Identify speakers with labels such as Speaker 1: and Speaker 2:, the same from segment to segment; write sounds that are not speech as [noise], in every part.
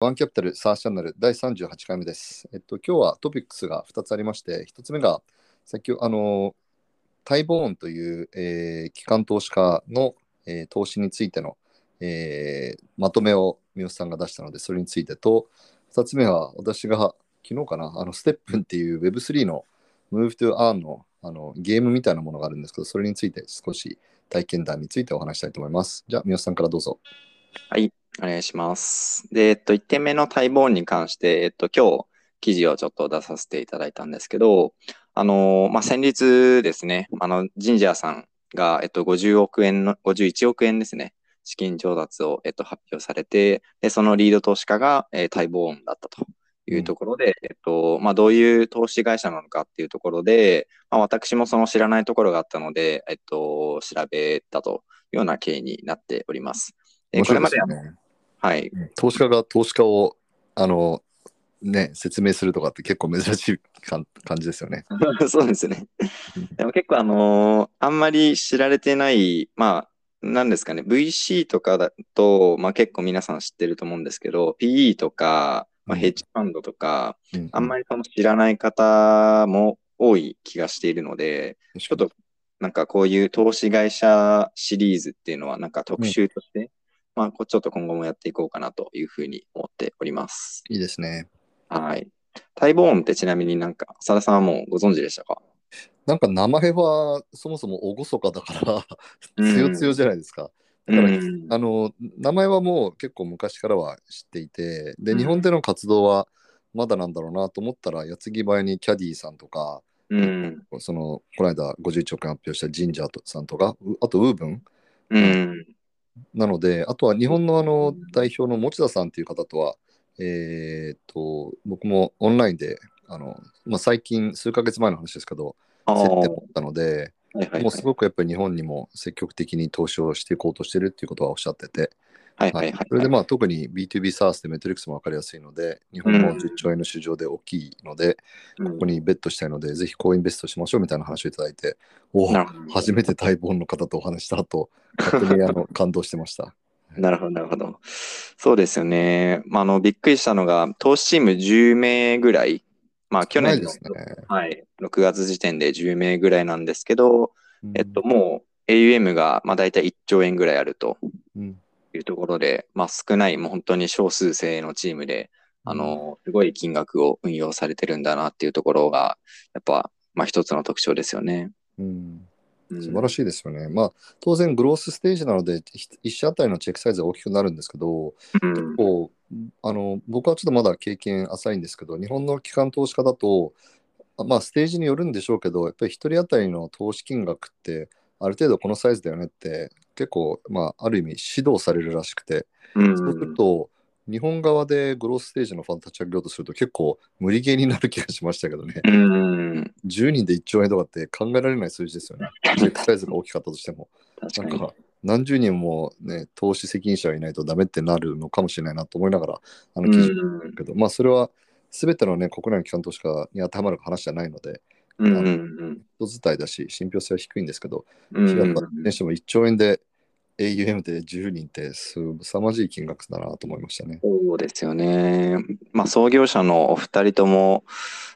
Speaker 1: ワンキャピタルサーチャンネル第38回目です。えっと、今日はトピックスが2つありまして、1つ目が、先ほど、あの、タイボーンという、えー機関投資家の、えー投資についての、えーまとめを三好さんが出したので、それについてと、2つ目は、私が昨日かな、あの、ステップンっていう Web3 の Move to Earn のあのゲームみたいなものがあるんですけど、それについて少し体験談についてお話したいと思います。じゃあ、三好さんからどうぞ。
Speaker 2: お願いします。で、えっと、1点目の待望に関して、えっと、今日、記事をちょっと出させていただいたんですけど、あの、まあ、先日ですね、あの、ジンジャーさんが、えっと、50億円の、51億円ですね、資金調達を、えっと、発表されて、で、そのリード投資家が、えー、待望音だったというところで、えっと、まあ、どういう投資会社なのかっていうところで、まあ、私もその知らないところがあったので、えっと、調べたというような経緯になっております。で
Speaker 1: 面
Speaker 2: こ
Speaker 1: 白
Speaker 2: れ
Speaker 1: い
Speaker 2: ま
Speaker 1: で
Speaker 2: です
Speaker 1: よね。
Speaker 2: はい、
Speaker 1: 投資家が投資家をあの、ね、説明するとかって結構珍しいかん感じですよね。
Speaker 2: [laughs] そうですね。でも結構あのーあんまり知られてない、まあ、なんですかね、VC とかだと、まあ結構皆さん知ってると思うんですけど、PE とか、まあ、
Speaker 1: うん
Speaker 2: ヘッジファンドとか、あんま
Speaker 1: り
Speaker 2: りその知らない方も多い気がしているので、
Speaker 1: ち
Speaker 2: ちょっとなんかこういう投資会社シリーズっていうのはなんか特集として、まあこうちょっと今後もやっていこうかなというふうに思っております。
Speaker 1: いいですね。
Speaker 2: はい。タイボーンってちなみになんか、さださんはもうご存知でしたか
Speaker 1: なんか名前はそもそも厳かだから
Speaker 2: うん
Speaker 1: 強強じゃないですか。だから、
Speaker 2: うん
Speaker 1: あの名前はもう結構昔からは知っていてで
Speaker 2: うん
Speaker 1: 日本での活動はまだなんだろうなと思ったら矢継ぎ早にキャディさんとか
Speaker 2: うん。
Speaker 1: そのこの間51億円発表したジンジャーとさんとかうあとウーブン
Speaker 2: うん。
Speaker 1: なので、あとは日本のあの代表の持田さんという方とは、えーっと、僕もオンラインで、あのまあ、最近、数ヶ月前の話ですけど、
Speaker 2: ああ、
Speaker 1: 接
Speaker 2: は
Speaker 1: 点持ったので、
Speaker 2: いはい
Speaker 1: もうすごくやっぱり日本にも積極的に投資をしていこうとしてるっていうことはおっしゃってて、
Speaker 2: はい。
Speaker 1: は
Speaker 2: はいいはい
Speaker 1: それで
Speaker 2: はい。
Speaker 1: まあ特に B2B サースでメトリックスも分かりやすいので、日本
Speaker 2: う
Speaker 1: も
Speaker 2: ん
Speaker 1: 10兆円の市場で大きいので、
Speaker 2: うん
Speaker 1: ここにベットしたいので、ぜひこうインベストしましょうみたいな話をいただいて、おお
Speaker 2: な、るほど
Speaker 1: 初めて待望の方とお話した後、勝手に
Speaker 2: [laughs]
Speaker 1: あの感動してました。
Speaker 2: なるほど、なるほど。そうですよね。まあ、あの、びっくりしたのが、投資チーム10名ぐらい、まあ、去
Speaker 1: ない
Speaker 2: 年
Speaker 1: で
Speaker 2: の、
Speaker 1: すね。
Speaker 2: はい、6月時点で10名ぐらいなんですけど、えっと、もう AUM が、まあ、大体1兆円ぐらいあると
Speaker 1: うん、
Speaker 2: いうところで、まあ、少ない、もう本当に少数精のチームで、あの、すごい金額を運用されてるんだなっていうところが、やっぱ、まあ、一つの特徴ですよね。
Speaker 1: うん、
Speaker 2: うん
Speaker 1: 素晴らしいですよね。まあ当然グロースステージなのでひ一社あたりのチェックサイズは大きくなるんですけど、
Speaker 2: うん
Speaker 1: こうあの僕はちょっとまだ経験浅いんですけど日本の機関投資家だとあまあステージによるんでしょうけどやっぱり1人当たりの投資金額ってある程度このサイズだよねって結構、まあ、ある意味指導されるらしくて、
Speaker 2: うん
Speaker 1: そうすると日本側でグロースステージのファン立ち上げようとすると結構無理ゲーになる気がしましたけどね。
Speaker 2: うん。
Speaker 1: 10人で1兆円とかって考えられない数字ですよね。チェックサイズが大きかったとしても。な
Speaker 2: 確
Speaker 1: ん
Speaker 2: かに。
Speaker 1: か何十人も、ね、投資責任者がいないとダメってなるのかもしれないなと思いながら、あの記事を見
Speaker 2: うん
Speaker 1: たけど、まあそれは全ての、ね、国内の機関投資家に当てはまる話じゃないので、
Speaker 2: うんうん
Speaker 1: 人伝いだし、信憑性は低いんですけど、
Speaker 2: うんうん
Speaker 1: 日高選手も1兆円で AUM で10人ってすさまじい金額だなと思いましたね。
Speaker 2: そうですよね。まあ、創業者のお二人とも、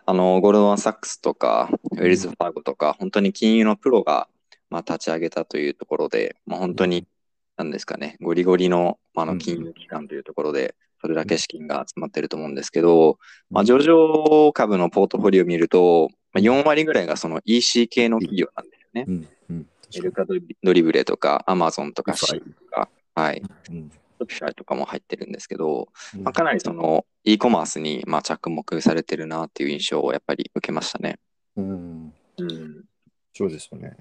Speaker 2: あの、ゴールドマン・サックスとか、ウェルズ・ファーゴとか、本当に金融のプロが、まあ、立ち上げたというところで、まあ、本当に、なんですかね、ゴリゴリの、まあ、あ
Speaker 1: うん
Speaker 2: の、金融機関というところで、それだけ資金が集まってると思うんですけど、まあ、上場株のポートフォリオを見ると、まあ、4割ぐらいがその EC 系の企業なんですよね。
Speaker 1: うんうん
Speaker 2: エルカドリブレとか、アマゾンとか、シーとか、はい、
Speaker 1: うん
Speaker 2: ショピファイとかも入ってるんですけど、
Speaker 1: うん
Speaker 2: まあ、かなりその e コマースにまあ着目されてるなっていう印象をやっぱり受けましたね。
Speaker 1: うん
Speaker 2: うん、
Speaker 1: そうですよね。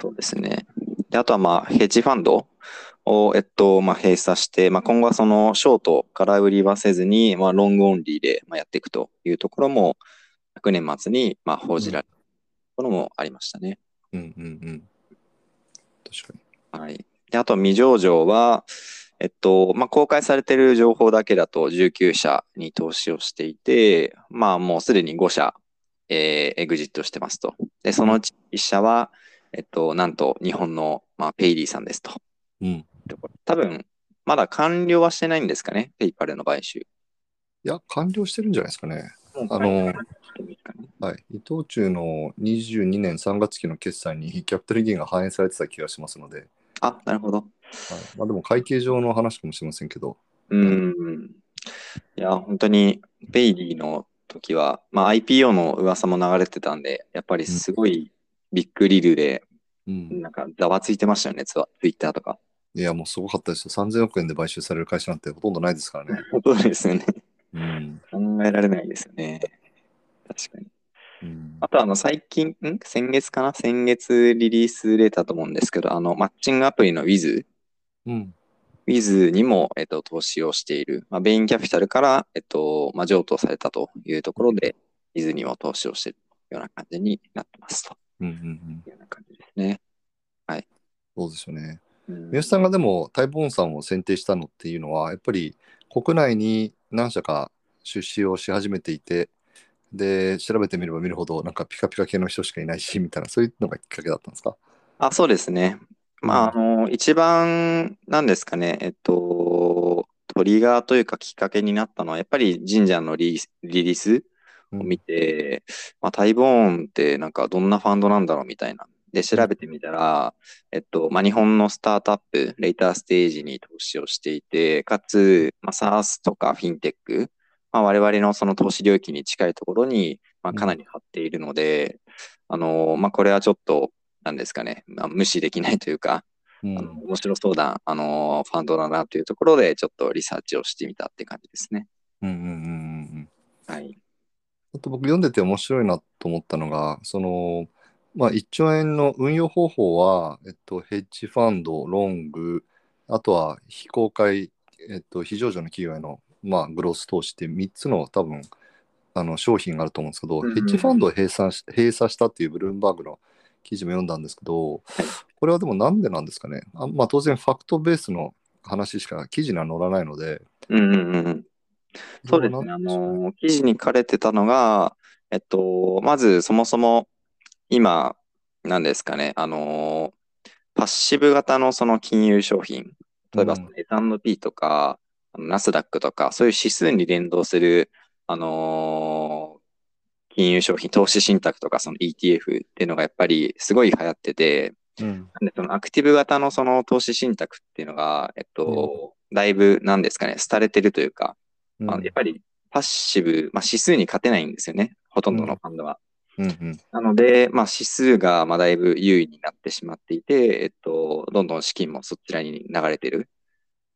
Speaker 2: そうですね。で、あとはまあヘッジファンドを、えっと、まあ閉鎖して、まあ、今後はそのショートから売りはせずに、まあ、ロングオンリーでまあやっていくというところも、昨年末にまあ報じられたところもありましたね。
Speaker 1: うんうんうん。確かに。
Speaker 2: はい。で、あと未上場は、えっと、まあ、公開されている情報だけだと19社に投資をしていて、まあ、もうすでに5社、えーエグジットしてますと。で、そのうち1社は、えっと、なんと日本の、まあ、ペイリーさんですと。
Speaker 1: うん
Speaker 2: 多分、まだ完了はしてないんですかね、ペイパルの買収。
Speaker 1: いや、完了してるんじゃないですかね。あ
Speaker 2: はい
Speaker 1: の、はい、伊藤忠の22年3月期の決算にキャピタルゲインが反映されてた気がしますので、
Speaker 2: あ、なるほど。
Speaker 1: はいまあ、でも会計上の話かもしれませんけど、
Speaker 2: うん。いや、本当に、ベイリーの時は、まあ、IPO の噂も流れてたんで、やっぱりすごいビッグリルで、
Speaker 1: うん、
Speaker 2: なんかざわついてましたよね、ツワツイッターとか。
Speaker 1: いや、もうすごかったですよ。3000億円で買収される会社なんてほとんどないですからね。
Speaker 2: そうですよね。 [laughs]
Speaker 1: うん
Speaker 2: 考えられないですよね。確かに。
Speaker 1: うん
Speaker 2: あと、あの、最近、ん先月かな先月リリース出たと思うんですけど、あの、マッチングアプリの Wiz、
Speaker 1: うん、
Speaker 2: Wiz にも、えっと、投資をしている、まあ、ベインキャピタルから、えっと、まあ、譲渡されたというところで、Wiz にも投資をしているような感じになってますと
Speaker 1: うん、うんうん、
Speaker 2: いうような感じですね。
Speaker 1: そうですよね。
Speaker 2: うん
Speaker 1: 三好さんがでもタイボーンさんを選定したのっていうのはやっぱり国内に何社か出資をし始めていてで調べてみれば見るほどなんかピカピカ系の人しかいないしみたいなそういうのがきっかけだったんですか
Speaker 2: あ、そうですね。まあ、あの、一番、なんですかね、えっと、トリガーというかきっかけになったのは、やっぱり神社のリリースリリース
Speaker 1: う
Speaker 2: を
Speaker 1: ん
Speaker 2: 見て、まあ、タイボーンってなんかどんなファンドなんだろうみたいな。で、調べてみたら、えっと、まあ、日本のスタートアップ、レイターステージに投資をしていて、かつ、まあ、SaaS とかフィンテック、まあ、我々のその投資領域に近いところに、まあ、かなり張っているので、あの、まあ、これはちょっと、なんですかね、まあ、無視できないというか、
Speaker 1: うん
Speaker 2: あの面白そうな、あの、ファンドだなというところで、ちょっとリサーチをしてみたって感じですね。
Speaker 1: うんうんうんうん
Speaker 2: はい。
Speaker 1: あと僕読んでて面白いなと思ったのがその、まあ、1兆円の運用方法は、えっと、ヘッジファンドロングあとは非公開、えっと、非上場の企業への、まあ、グロース投資って3つの多分あの商品があると思うんですけど、
Speaker 2: うんうん
Speaker 1: ヘッジファンドを閉鎖し閉鎖したっていうブルームバーグの記事も読んだんですけどこれはでもなんでなんですかねあ、まあ、当然ファクトベースの話しか記事には載らないので
Speaker 2: うんうんうんうん。そうです
Speaker 1: こ
Speaker 2: ね。
Speaker 1: れ
Speaker 2: あ
Speaker 1: はなんでしょうね
Speaker 2: の、記事に書かれてたのが、えっと、まずそもそも今、なんですかね、あの、パッシブ型のその金融商品、例えば
Speaker 1: うん
Speaker 2: その S&P とか、あのナスダックとか、そういう指数に連動する、あのー金融商品、投資信託とか、その ETF っていうのがやっぱりすごい流行ってて、
Speaker 1: うん
Speaker 2: なんでそのアクティブ型のその投資信託っていうのが、えっと、だいぶ、なんですかね、廃れてるというか、
Speaker 1: うん
Speaker 2: まあ、やっぱりパッシブ、まあ、指数に勝てないんですよね、ほとんどのファンドは。
Speaker 1: うんうん
Speaker 2: なので、まあ、指数がまあだいぶ優位になってしまっていて、えっと、どんどん資金もそちらに流れてる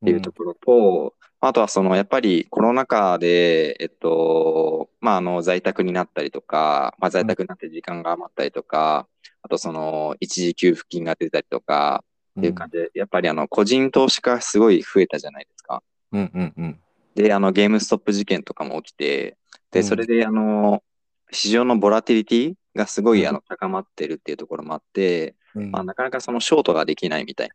Speaker 2: っていうところと、あとはそのやっぱりコロナ禍で、えっと、まあ、あの在宅になったりとか、まあ、在宅になって時間が余ったりとか、あとその一時給付金が出たりとか
Speaker 1: うん
Speaker 2: っていう感じで、やっぱりあの個人投資家すごい増えたじゃないですか。
Speaker 1: うんうんうん
Speaker 2: で、あの、ゲームストップ事件とかも起きて、で、
Speaker 1: うん
Speaker 2: それで、あの、市場のボラティリティがすご
Speaker 1: う
Speaker 2: い、
Speaker 1: ん
Speaker 2: あの、高まってるっていうところもあって、
Speaker 1: うん
Speaker 2: まあ、なかなかそのショートができないみたい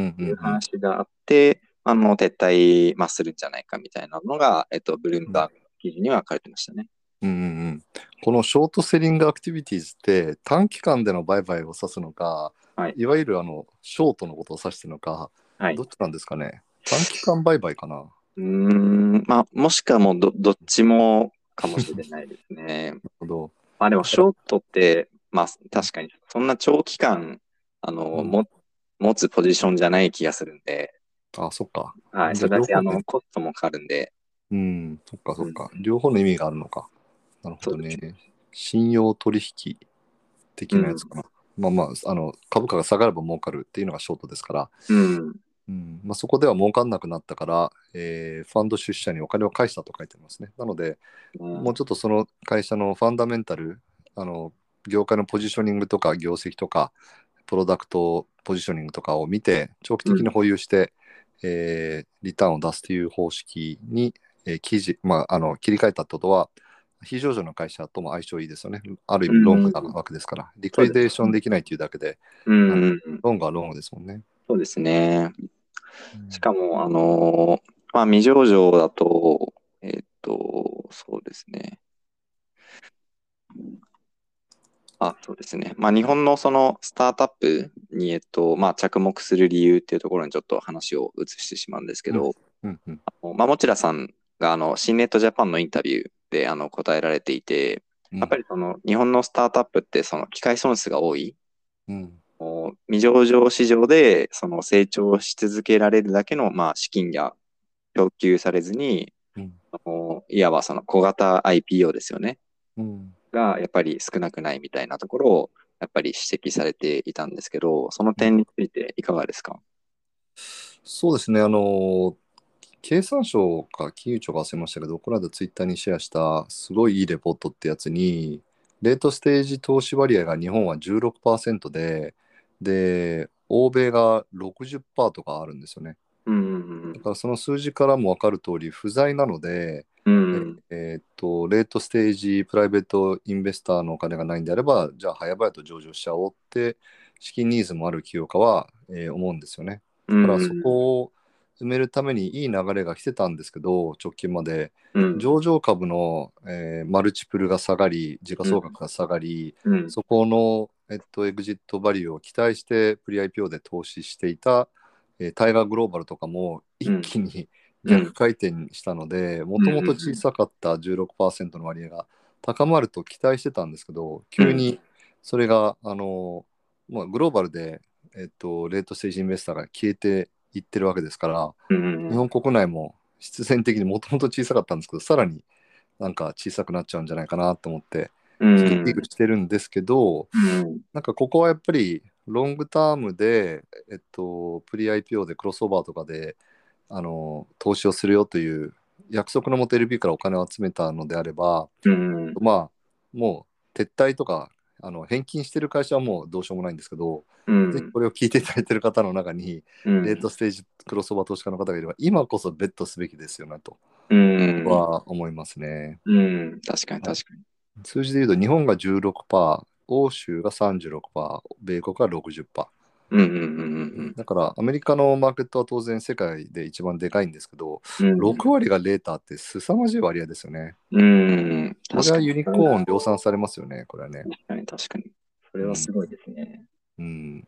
Speaker 1: うんうん
Speaker 2: いううん話があって、あの、撤退、まあ、するんじゃないかみたいなのが、えっと、ブルームバーグの記事には書かれてましたね。
Speaker 1: うんうんうんこのショートセリングアクティビティーズって短期間での売買を指すのか、
Speaker 2: はい
Speaker 1: わゆるあのショートのことを指してるのか、
Speaker 2: はい
Speaker 1: どっちなんですかね短期間売買かな
Speaker 2: うーん、まあ、もしくはもうど、どっちもかもしれないですね。
Speaker 1: ほど
Speaker 2: まあでも、ショートって、まあ確かに、そんな長期間、あの、
Speaker 1: うん
Speaker 2: も持つポジションじゃない気がするんで、
Speaker 1: あそっか
Speaker 2: はい、
Speaker 1: じゃ
Speaker 2: そ
Speaker 1: あ
Speaker 2: れだけ
Speaker 1: 両
Speaker 2: あ
Speaker 1: 方ね
Speaker 2: のコストもかかるんで、
Speaker 1: うんそっかそっか、両方の意味があるのかなるほど
Speaker 2: そ
Speaker 1: ね
Speaker 2: う
Speaker 1: 信用取引的なやつかな、まあまああの株価が下がれば儲かるっていうのがショートですから
Speaker 2: うん、
Speaker 1: うんまあ、そこでは儲かんなくなったから、えーファンド出資者にお金を返したと書いてますね。なので、もうちょっとその会社のファンダメンタル、あの業界のポジショニングとか業績とか、プロダクトポジショニングとかを見て、長期的に保有して、えーリターンを出すという方式に、えー記事まあ、あの切り替えたってことは、非上場の会社とも相性いいですよね。ある意味、ロングなわけですから、リクリデーションできないというだけで、
Speaker 2: うん、うん、
Speaker 1: ロングはロングですもんね。
Speaker 2: そうですね。しかも、あのーまあ、未上場だと、えっと、そうですね。あ、そうですね。まあ、日本のそのスタートアップに、えっと、まあ、着目する理由っていうところにちょっと話を移してしまうんですけど、
Speaker 1: うんうん
Speaker 2: あのまあ、もちらさんが、あの、新ネットジャパンのインタビューで、あの、答えられていて、
Speaker 1: うん
Speaker 2: やっぱりその、日本のスタートアップって、その、機械損失が多い。
Speaker 1: うん
Speaker 2: もう未上場市場で、その、成長し続けられるだけの、まあ、資金が供給されずに、
Speaker 1: うん
Speaker 2: あのいわばその、小型 IPO ですよね。
Speaker 1: うん
Speaker 2: がやっぱり少なくないみたいなところをやっぱり指摘されていたんですけど、その点についていかがですか
Speaker 1: そうですね、あの、経産省か金融庁か忘れましたけど、この間ツイッターにシェアした、すごいいいレポートってやつに、レートステージ投資割合が日本は16%で、で、欧米が60%とかあるんですよね。
Speaker 2: うん
Speaker 1: だからその数字からも分かる通り、不在なので、
Speaker 2: うんうん。
Speaker 1: えーっと、レートステージ、プライベートインベスターのお金がないんであれば、じゃあ早々と上場しちゃおうって、資金ニーズもある企業家は、えー思うんですよね。
Speaker 2: う
Speaker 1: だ
Speaker 2: ん
Speaker 1: からそこを埋めるためにいい流れが来てたんですけど、直近まで、
Speaker 2: うん
Speaker 1: 上場株の、えーマルチプルが下がり、時価総額が下がり、
Speaker 2: うん
Speaker 1: そこの、えっと、エグジットバリューを期待して、プリ IPO で投資していた、えータイガーグローバルとかも一気に
Speaker 2: うん
Speaker 1: 逆回転したので、もともと小さかった16%の割合が高まると期待してたんですけど、急にそれが、あのまあ、グローバルで、えっと、レートステージインベスターが消えていってるわけですから、
Speaker 2: うん
Speaker 1: 日本国内も必然的にも [laughs] ともと小さかったんですけど、さらになんか小さくなっちゃうんじゃないかなと思って、
Speaker 2: うん
Speaker 1: 危惧してるんですけど、
Speaker 2: うん
Speaker 1: なんかここはやっぱりロングタームで、えっと、プリ IPO でクロスオーバーとかであの投資をするよという約束のもと LP からお金を集めたのであれば、
Speaker 2: うん
Speaker 1: まあ、もう撤退とかあの返金してる会社はもうどうしようもないんですけど、
Speaker 2: うん
Speaker 1: ぜひこれを聞いていただいてる方の中に、
Speaker 2: うん
Speaker 1: レートステージクロスオーバー投資家の方がいれば、今こそベットすべきですよなと
Speaker 2: うん
Speaker 1: は思いますね。
Speaker 2: うん確かに確かに。
Speaker 1: 数字で言うと、日本が16%、欧州が36%、米国が60%。
Speaker 2: うんうんうん
Speaker 1: だからアメリカのマーケットは当然世界で一番でかいんですけど、
Speaker 2: うんうん。
Speaker 1: 6割がレーターって凄まじい割合ですよね。
Speaker 2: うん。
Speaker 1: これはユニコーン
Speaker 2: 確
Speaker 1: 量産されますよね、これはね。
Speaker 2: かに確かに。それはすごいですね。
Speaker 1: うん。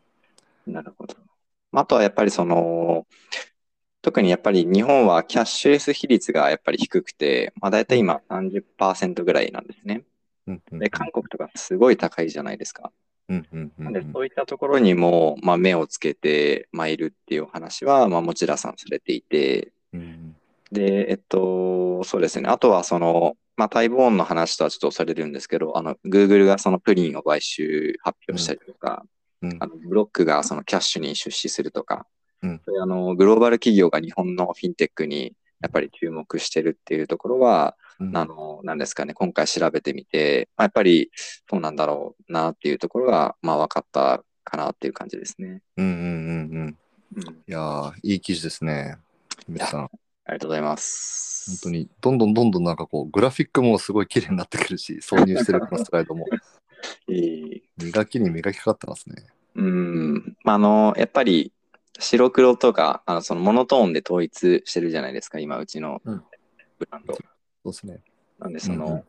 Speaker 2: なるほど。あとはやっぱりその、特にやっぱり日本はキャッシュレス比率がやっぱり低くて、まあ大体今30%ぐらいなんですね。
Speaker 1: うんうん
Speaker 2: で、韓国とかすごい高いじゃないですか。
Speaker 1: うんうんう
Speaker 2: なんん
Speaker 1: う
Speaker 2: で、
Speaker 1: ん
Speaker 2: そういったところにも、まあ目をつけて、まあいるっていうお話は、まあもちらさんされていて、
Speaker 1: うん
Speaker 2: で、えっと、そうですね。あとはその、まあ待望音の話とはちょっとされるんですけど、あの、Google がそのプリンを買収発表したりとか、
Speaker 1: うん
Speaker 2: あのブロックがそのキャッシュに出資するとか、
Speaker 1: うん
Speaker 2: そういうあのグローバル企業が日本のフィンテックにやっぱり注目してるっていうところは、
Speaker 1: うん
Speaker 2: あの、なんですかね、今回調べてみて、まあやっぱりそうなんだろうなっていうところが、まあ分かったかなっていう感じですね。
Speaker 1: うんうんうんうん
Speaker 2: う
Speaker 1: い
Speaker 2: ん、
Speaker 1: やー、いい記事ですね。めさん、本
Speaker 2: ありがとうございます。
Speaker 1: 当に、どんどんどんどんなんかこう、グラフィックもすごい綺麗になってくるし、挿入してるこのスライド
Speaker 2: [laughs]
Speaker 1: も、
Speaker 2: いい
Speaker 1: 磨きに磨きかかってますね。
Speaker 2: うん。まあ、あの、やっぱり、白黒とか、あの、そのモノトーンで統一してるじゃないですか、今、うちの
Speaker 1: うん
Speaker 2: ブランド。
Speaker 1: そうですね。
Speaker 2: なんで、その、
Speaker 1: うんうん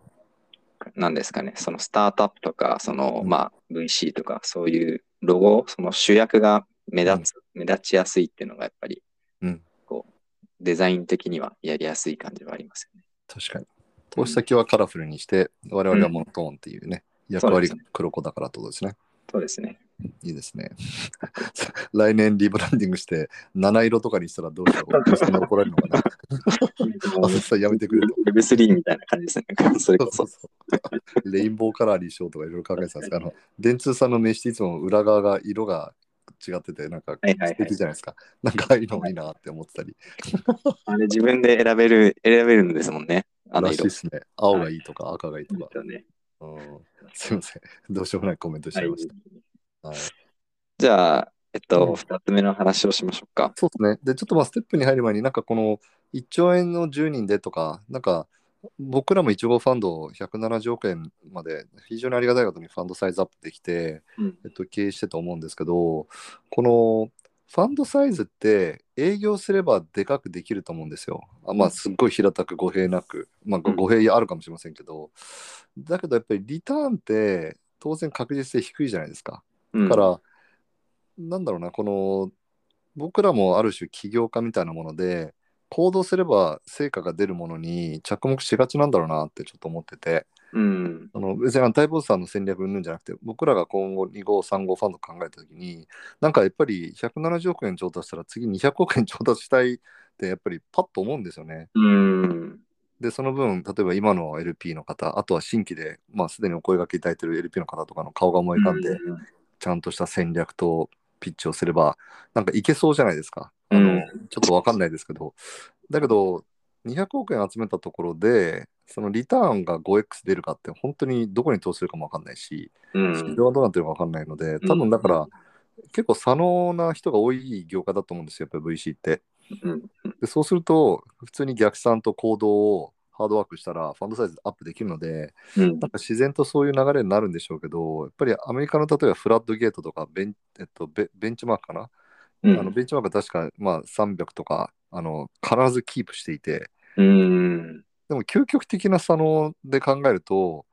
Speaker 2: なんですかね、そのスタートアップとか、その、
Speaker 1: うん
Speaker 2: まあ、VC とか、そういうロゴ、その主役が目立つ、目立ちやすいっていうのが、やっぱり、
Speaker 1: うん
Speaker 2: こう、デザイン的にはやりやすい感じはありますよね。
Speaker 1: 確かに。投資先はカラフルにして、我々はモノトーンっていうね、役割が黒子だからってことですね。
Speaker 2: そうで
Speaker 1: [laughs]
Speaker 2: すね。
Speaker 1: いいですね。来年リブランディングして、七色とかにしたらどうしよう。そんな怒られるのかな。あ [laughs] そしたらやめてくれと。
Speaker 2: Web3 みたいな感じですね。なんかそれ
Speaker 1: そ
Speaker 2: こ
Speaker 1: うそ。
Speaker 2: そう
Speaker 1: そうレインボーカラーにしようとかいろいろ考えてたんですけど、あの電通さんの名刺っていつも裏側が色が違ってて、なんか
Speaker 2: はいはいはい
Speaker 1: 素敵じゃないですか。なんかああいうのもいいなって思ってたり。
Speaker 2: あれ、自分で選べる、選べるんですもんね。あの
Speaker 1: らしい
Speaker 2: 色。
Speaker 1: ですね。青がいいとか赤がいいとか。
Speaker 2: だね
Speaker 1: うんすいません。どうしようもないコメントしちゃいました。
Speaker 2: はい
Speaker 1: はい
Speaker 2: じゃあ、えっ
Speaker 1: う
Speaker 2: と、
Speaker 1: ん
Speaker 2: 二つ目の話をしましょうか。
Speaker 1: そうですね。で、ちょっとまあステップに入る前に、なんかこの1兆円の10人でとか、なんか僕らも1号ファンド170億円まで非常にありがたいことにファンドサイズアップできて、
Speaker 2: うん
Speaker 1: えっと、経営してと思うんですけど、このファンドサイズって営業すればでかくできると思うんですよ。あまあ、すっごい平たく語弊なく、まあ、ご
Speaker 2: うん
Speaker 1: 語弊あるかもしれませんけど、だけどやっぱりリターンって当然確実性低いじゃないですか。
Speaker 2: うん
Speaker 1: だから、なんだろうな、この、僕らもある種起業家みたいなもので、行動すれば成果が出るものに着目しがちなんだろうなってちょっと思ってて、
Speaker 2: うん。
Speaker 1: あの別にあの大坊さんの戦略云々じゃなくて、僕らが今後2号、3号ファンド考えたときに、なんかやっぱり170億円調達したら次200億円調達したいってやっぱりパッと思うんですよね。
Speaker 2: うん。
Speaker 1: で、その分、例えば今の LP の方、あとは新規で、まあすでにお声掛けいただいてる LP の方とかの顔が思い浮かんで、ちゃんとした戦略とピッチをすれば、なんかいけそうじゃないですか。あの、
Speaker 2: うん
Speaker 1: ちょっとわかんないですけど。だけど、200億円集めたところで、そのリターンが 5x 出るかって、本当にどこに投資するかもわかんないし、
Speaker 2: うん
Speaker 1: 市場がどうなってるかわかんないので、多分だから、結構左脳な人が多い業界だと思うんですよ、やっぱり VC って。
Speaker 2: うん
Speaker 1: でそうすると、普通に逆算と行動をハードワークしたら、ファンドサイズアップできるので、
Speaker 2: うん
Speaker 1: なんか自然とそういう流れになるんでしょうけど、やっぱりアメリカの例えばフラッドゲートとかベン,、えっと、ベベンチマークかな、
Speaker 2: うん
Speaker 1: あのベンチマークは確か、まあ、300とかあの必ずキープしていて、
Speaker 2: うん
Speaker 1: でも究極的な差ので考えると、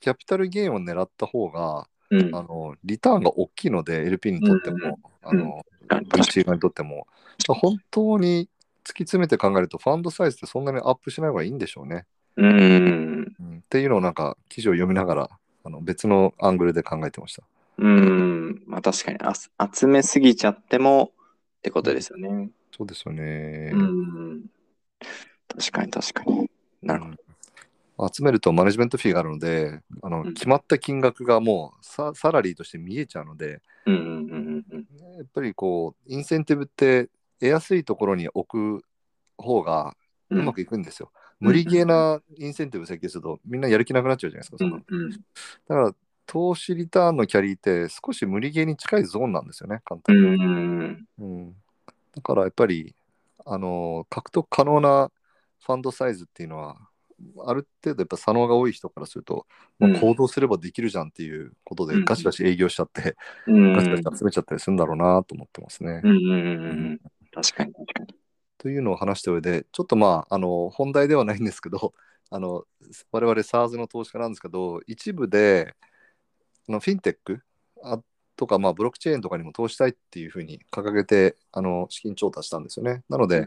Speaker 1: キャピタルゲインを狙った方が、
Speaker 2: うん
Speaker 1: あのリターンが大きいので、LP にとっても、あ
Speaker 2: うん
Speaker 1: の
Speaker 2: 確かに
Speaker 1: VC 側にとっても、本当に突き詰めて考えると、ファンドサイズってそんなにアップしない方がいいんでしょうね。
Speaker 2: うん
Speaker 1: うんっていうのをなんか記事を読みながらあの別のアングルで考えてました。
Speaker 2: うんまあ確かにあす集めすぎちゃってもってことですよね。
Speaker 1: そうですよね。
Speaker 2: うん確かに確かに。なるほど。
Speaker 1: うん集めるとマネジメントフィーがあるのであの、
Speaker 2: うん
Speaker 1: 決まった金額がもうササラリーとして見えちゃうので
Speaker 2: うんうんうんうん
Speaker 1: やっぱりこうインセンティブって得やすいところに置く方がう
Speaker 2: うん。
Speaker 1: まくいくんですよ。無理ゲーなインセンティブ設計するとみんなやる気なくなっちゃうじゃないですか。
Speaker 2: う
Speaker 1: そんなの
Speaker 2: んうん
Speaker 1: だから投資リターンのキャリーって少し無理ゲーに近いゾーンなんですよね簡単に。
Speaker 2: うん
Speaker 1: うん、だからやっぱり、あの獲得可能なファンドサイズっていうのは、ある程度やっぱ左脳が多い人からすると、まあ
Speaker 2: うん
Speaker 1: 行動すればできるじゃんっていうこと
Speaker 2: う
Speaker 1: で、
Speaker 2: ん
Speaker 1: ガチガチ営業しちゃって、
Speaker 2: うん
Speaker 1: ガチガチ集めちゃったりするんだろうなと思ってますね。
Speaker 2: うんうん確かに確かに。
Speaker 1: というのを話した上で、ちょっとまあ、あの本題ではないんですけど、 [laughs] あの我々 SARS の投資家なんですけど、一部であのフィンテックあとか、まあ、ブロックチェーンとかにも投資したいっていうふうに掲げてあの資金調達したんですよね。なので、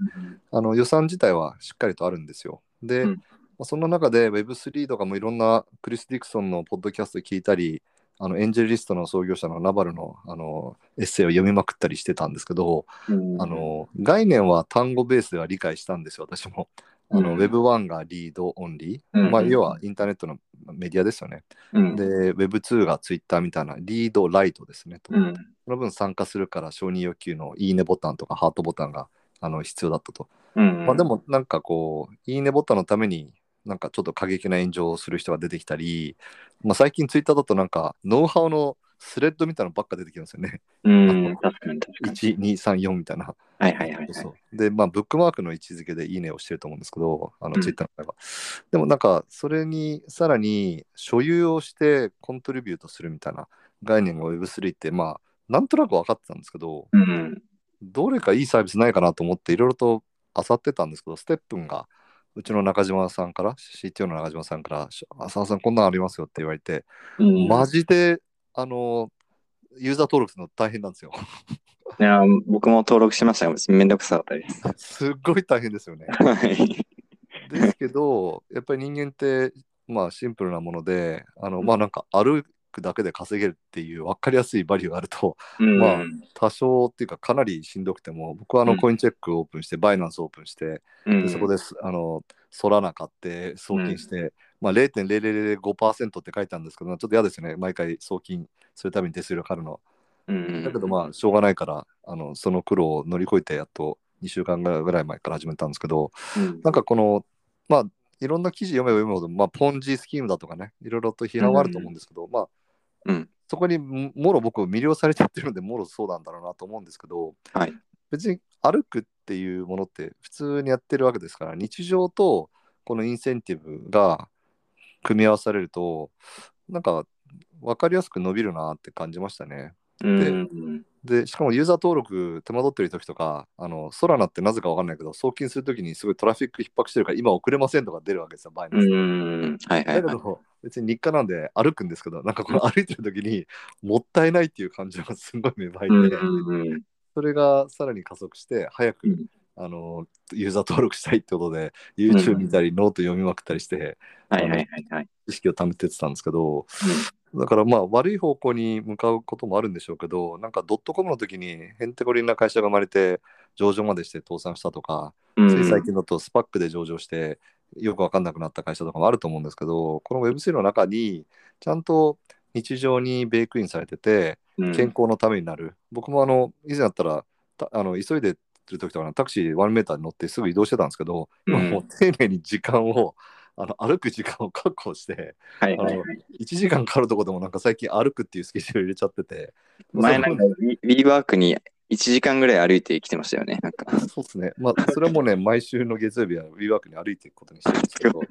Speaker 1: あの予算自体はしっかりとあるんですよ。で、
Speaker 2: うん
Speaker 1: まあ、そんな中で Web3 とかもいろんなクリス・ディクソンのポッドキャスト聞いたり、あのエンジェリストの創業者のナバルのあのエッセイを読みまくったりしてたんですけど、
Speaker 2: うん
Speaker 1: あの概念は単語ベースでは理解したんですよ、私も。あの
Speaker 2: うん Web1
Speaker 1: Web1 がリードオンリ
Speaker 2: う
Speaker 1: ー、
Speaker 2: ん
Speaker 1: まあ、要はインターネットのメディアですよね。
Speaker 2: うん
Speaker 1: で、Web2 が Twitter みたいなリードライトですね。と
Speaker 2: うん
Speaker 1: その分参加するから承認要求のいいねボタンとかハートボタンがあの必要だったと。
Speaker 2: うん
Speaker 1: まあ、でもなんかこういいねボタンのためになんかちょっと過激な炎上をする人が出てきたり、まあ、最近ツイッターだとなんかノウハウのスレッドみたいなのばっか出てきますよね。
Speaker 2: うん確かに [laughs] 確かに。
Speaker 1: 1234みたいな。
Speaker 2: はいはいはいはい。
Speaker 1: そうそうで、まあ、ブックマークの位置づけでいいねをしてると思うんですけど、あ
Speaker 2: うん
Speaker 1: のツイッターの場合は。でもなんか、それにさらに所有をしてコントリビュートするみたいな概念が Web3 って、まあ、なんとなく分かってたんですけど、
Speaker 2: うん
Speaker 1: どれかいいサービスないかなと思っていろいろと漁ってたんですけど、ステップンがうちの中島さんから、CTO の中島さんから、浅田さんこんなんありますよって言われて、
Speaker 2: うん
Speaker 1: マジで、あの、ユーザー登録するの大変なんですよ。 [laughs]
Speaker 2: いや、僕も登録しましたが、めんどくさかったです。
Speaker 1: すっごい大変ですよね。
Speaker 2: はい。
Speaker 1: ですけど、やっぱり人間って、まあシンプルなもので、あの、まあなんか歩くだけで稼げるっていう分かりやすいバリューがあると、
Speaker 2: うん
Speaker 1: まあ多少っていうかかなりしんどくても、僕はあ
Speaker 2: う
Speaker 1: の
Speaker 2: ん
Speaker 1: コインチェックオープンして、バイナンスオープンして、
Speaker 2: うん
Speaker 1: でそこです、あの、ソラナ買って、送金して、まあ0.0005%って書いたんですけど、ちょっと嫌ですよね。毎回送金するために手数料かかるの。
Speaker 2: うん
Speaker 1: だけどまあ、しょうがないから、あの、その苦労を乗り越えて、やっと2週間ぐらい前から始めたんですけど、
Speaker 2: うん
Speaker 1: なんかこの、まあ、いろんな記事読めば読むほど、まあ、ポンジスキームだとかね、いろいろと批判はあると思うんですけど、まあ、
Speaker 2: うん
Speaker 1: そこにももろ僕魅了されちゃってるんで、もろそうなんだろうなと思うんですけど、
Speaker 2: はい。
Speaker 1: 別に歩くっていうものって普通にやってるわけですから日常とこのインセンティブが組み合わされるとなんか分かりやすく伸びるなって感じましたね。
Speaker 2: うん
Speaker 1: でしかもユーザー登録手間取ってる時とかあのソラナってなぜか分かんないけど送金する時にすごいトラフィック逼迫してるから今遅れませんとか出るわけですよバイナン
Speaker 2: う
Speaker 1: ス。
Speaker 2: んはいは
Speaker 1: だ
Speaker 2: い
Speaker 1: け
Speaker 2: はい。
Speaker 1: ど別に日課なんで歩くんですけど、なんかこの歩いてる時にもったいないっていう感情がすごい芽生
Speaker 2: うん
Speaker 1: えて、
Speaker 2: うんうん
Speaker 1: それがさらに加速して、早く、
Speaker 2: うん
Speaker 1: あのユーザー登録したいってことで、YouTube 見たり、ノート読みまくったりして、
Speaker 2: はいはいはいはい。
Speaker 1: 知識を貯めてってたんですけど、だからまあ悪い方向に向かうこともあるんでしょうけど、なんかドットコムの時にへんてこりんな会社が生まれて、上場までして倒産したとか、
Speaker 2: うん
Speaker 1: つい最近だとスパックで上場して、よくわかんなくなった会社とかもあると思うんですけど、この Web3 の中に、ちゃんと日常にベイクインされてて、
Speaker 2: うん
Speaker 1: 健康のためになる。僕もあの、以前だったら、たあの急いでる時とか、タクシー1メーターに乗ってすぐ移動してたんですけど、今もう丁寧に時間を、あの歩く時間を確保して、
Speaker 2: はいはいはい。
Speaker 1: 1時間かかるとこでもなんか最近歩くっていうスケジュール入れちゃってて、
Speaker 2: 前なんかリリーワークに1時間ぐらい歩いてきてましたよね。なんか。
Speaker 1: [laughs] そうですね。まあ、それはもう [laughs] ね、毎週の月曜日は WeWork に歩いていくことにしてるんですけど、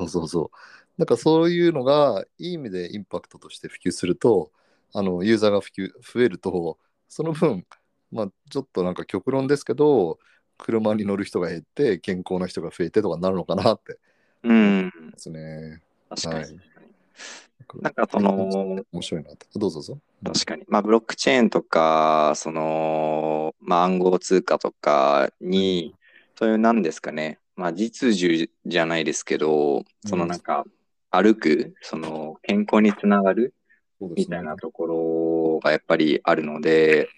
Speaker 1: そうそうそう。なんかそういうのが、いい意味でインパクトとして普及すると、あの、ユーザーが普及、増えると、その分、まあ、ちょっとなんか極論ですけど、車に乗る人が減って、健康な人が増えてとかなるのかなって
Speaker 2: うん。
Speaker 1: ですね。
Speaker 2: 確かに。
Speaker 1: はい
Speaker 2: なんかその、
Speaker 1: 面白いなって。どうぞどうぞ。
Speaker 2: 確かに。まあ、ブロックチェーンとか、その、まあ、暗号通貨とかに、そういうなんですかね、まあ、実需じゃないですけど、そのなんか、歩く、その、健康につながる
Speaker 1: そうで
Speaker 2: み
Speaker 1: すね
Speaker 2: たいなところがやっぱりあるので、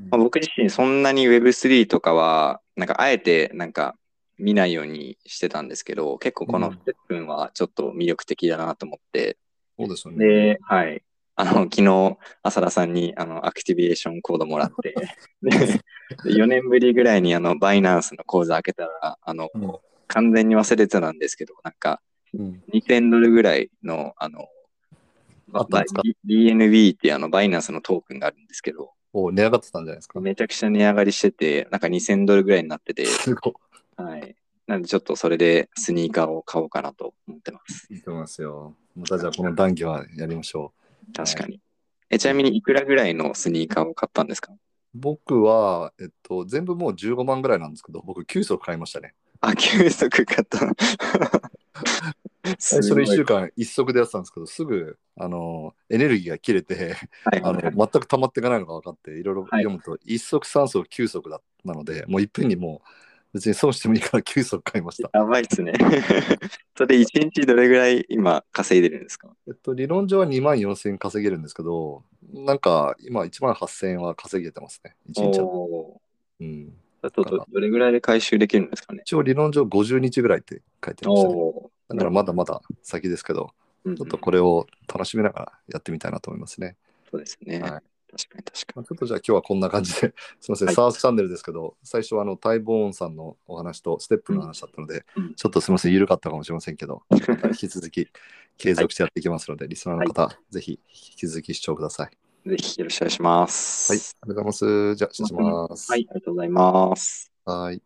Speaker 1: うん
Speaker 2: まあ、僕自身そんなに Web3 とかは、なんかあえてなんか見ないようにしてたんですけど、結構この
Speaker 1: うん
Speaker 2: ステップンはちょっと魅力的だなと思って、
Speaker 1: そうですよね。
Speaker 2: で、はい。あの、昨日、浅田さんに、あの、アクティビエーションコードもら
Speaker 1: [laughs]
Speaker 2: って、で、4年ぶりぐらいに、あの、バイナンスの口座開けたら、あの、
Speaker 1: うん
Speaker 2: 完全に忘れてたんですけど、なんか、
Speaker 1: うん
Speaker 2: 2000ドルぐらいの、あの、ま
Speaker 1: あったんですか
Speaker 2: B- BNB っていうあの、バイナンスのトークンがあるんですけど、
Speaker 1: お値上がってたんじゃないですか。
Speaker 2: めちゃくちゃ値上がりしてて、なんか2000ドルぐらいになってて、
Speaker 1: [laughs] すごい。
Speaker 2: はい。なんでちょっとそれでスニーカーを買おうかなと思ってます。
Speaker 1: いいと思いますよ。またじゃあこの談義はやりましょう。
Speaker 2: 確かに。え、ちなみにいくらぐらいのスニーカーを買ったんですか
Speaker 1: 僕は、えっと、全部もう15万ぐらいなんですけど、僕9足買いましたね。
Speaker 2: あ、急速買
Speaker 1: [laughs]
Speaker 2: ったの。
Speaker 1: 最初の1週
Speaker 2: 間。
Speaker 1: 間1足でやってたんですけど、すぐ、あの、エネルギーが切れ
Speaker 2: [laughs]
Speaker 1: て、
Speaker 2: はい
Speaker 1: あの、
Speaker 2: はいはい
Speaker 1: 全く溜まっていかないのが分かって、いろいろ
Speaker 2: はい
Speaker 1: 読むと、1足3足9足だなので、もういっぺんにもう、別に損してもいいから9足買いました。
Speaker 2: やばいっすね。 [laughs] それ一日どれぐらい今稼いでるんですか
Speaker 1: えっと、理論上は2万4000円稼げるんですけど、なんか今1万8000円は稼げてますね。1日は。
Speaker 2: お
Speaker 1: うん。
Speaker 2: ーちょっとどれぐらいで回収できるんですかね
Speaker 1: 一応理論上50日ぐらいって書いてましたね。
Speaker 2: お
Speaker 1: だからまだまだ先ですけど、
Speaker 2: ー、
Speaker 1: ち
Speaker 2: ち
Speaker 1: ょっとこれを楽しみながらやってみたいなと思いますね。
Speaker 2: そうですね。
Speaker 1: はい
Speaker 2: 確かに確か
Speaker 1: まあ、ちょっとじゃあ今日はこんな感じで、 [laughs] すみません、
Speaker 2: はい
Speaker 1: サースチャンネルですけど、最初はあのタイボーンさんのお話とステップの話だったので、
Speaker 2: うん
Speaker 1: ちょっとすみません、緩かったかもしれませんけど、また引き続き継続してやっていきますので、リスナーの方、ぜひ引き続き視聴ください。はい、
Speaker 2: [laughs] に。ぜひよろしくお願いします。
Speaker 1: ありがとうございます。じゃあ、失礼します。
Speaker 2: はい、ありがとうございます。
Speaker 1: はい